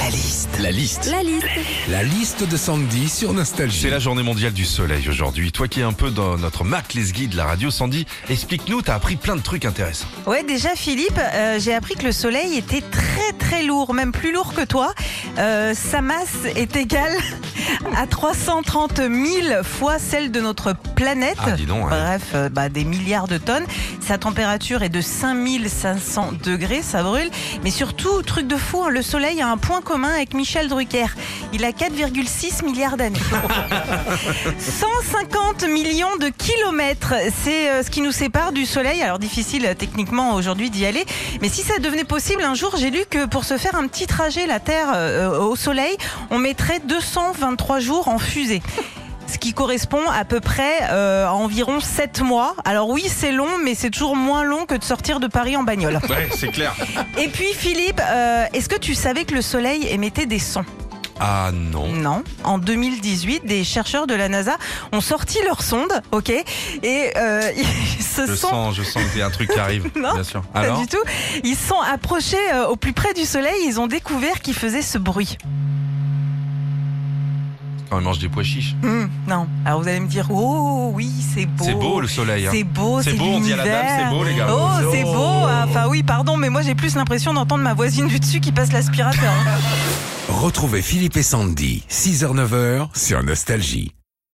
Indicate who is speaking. Speaker 1: La liste.
Speaker 2: La liste.
Speaker 3: La liste.
Speaker 1: La liste de Sandy sur Nostalgie.
Speaker 2: C'est la journée mondiale du soleil aujourd'hui. Toi qui es un peu dans notre Mac les guides de la radio, Sandy, explique-nous, t'as appris plein de trucs intéressants.
Speaker 4: Ouais, déjà Philippe, euh, j'ai appris que le Soleil était très très lourd, même plus lourd que toi. Euh, sa masse est égale à 330 000 fois celle de notre planète.
Speaker 2: Ah, dis donc, hein.
Speaker 4: Bref, euh, bah, des milliards de tonnes. Sa température est de 5500 degrés, ça brûle. Mais surtout, truc de fou, hein, le Soleil a un point commun avec Michel Drucker. Il a 4,6 milliards d'années. 150 millions de kilomètres, c'est euh, ce qui nous sépare du Soleil. Alors difficile euh, techniquement aujourd'hui d'y aller, mais si ça devenait possible un jour, j'ai lu que pour se faire un petit trajet la Terre euh, au Soleil, on mettrait 223 jours en fusée. Ce qui correspond à peu près euh, à environ 7 mois. Alors oui, c'est long, mais c'est toujours moins long que de sortir de Paris en bagnole.
Speaker 2: Ouais, c'est clair.
Speaker 4: Et puis Philippe, euh, est-ce que tu savais que le Soleil émettait des sons
Speaker 2: Ah non.
Speaker 4: non. En 2018, des chercheurs de la NASA ont sorti leur sonde, ok Et euh, ils se
Speaker 2: Je
Speaker 4: sont...
Speaker 2: sens, je sens qu'il y a un truc qui arrive.
Speaker 4: Non,
Speaker 2: bien sûr.
Speaker 4: Pas
Speaker 2: Alors,
Speaker 4: du tout. Ils se sont approchés euh, au plus près du soleil, ils ont découvert qu'il faisait ce bruit.
Speaker 2: quand on mange des pois chiches.
Speaker 4: Hmm, non. Alors vous allez me dire, oh oui, c'est beau.
Speaker 2: C'est beau le soleil. hein.
Speaker 4: C'est beau,
Speaker 2: C'est
Speaker 4: c'est
Speaker 2: beau, on dit à la dame,
Speaker 4: l'univers.
Speaker 2: c'est beau, les gars.
Speaker 4: Oh, c'est
Speaker 1: Oh.
Speaker 4: beau. Ah, Enfin oui, pardon, mais moi j'ai plus l'impression d'entendre ma voisine du dessus qui passe l'aspirateur.
Speaker 1: Retrouvez Philippe et Sandy, 6h-9h sur Nostalgie.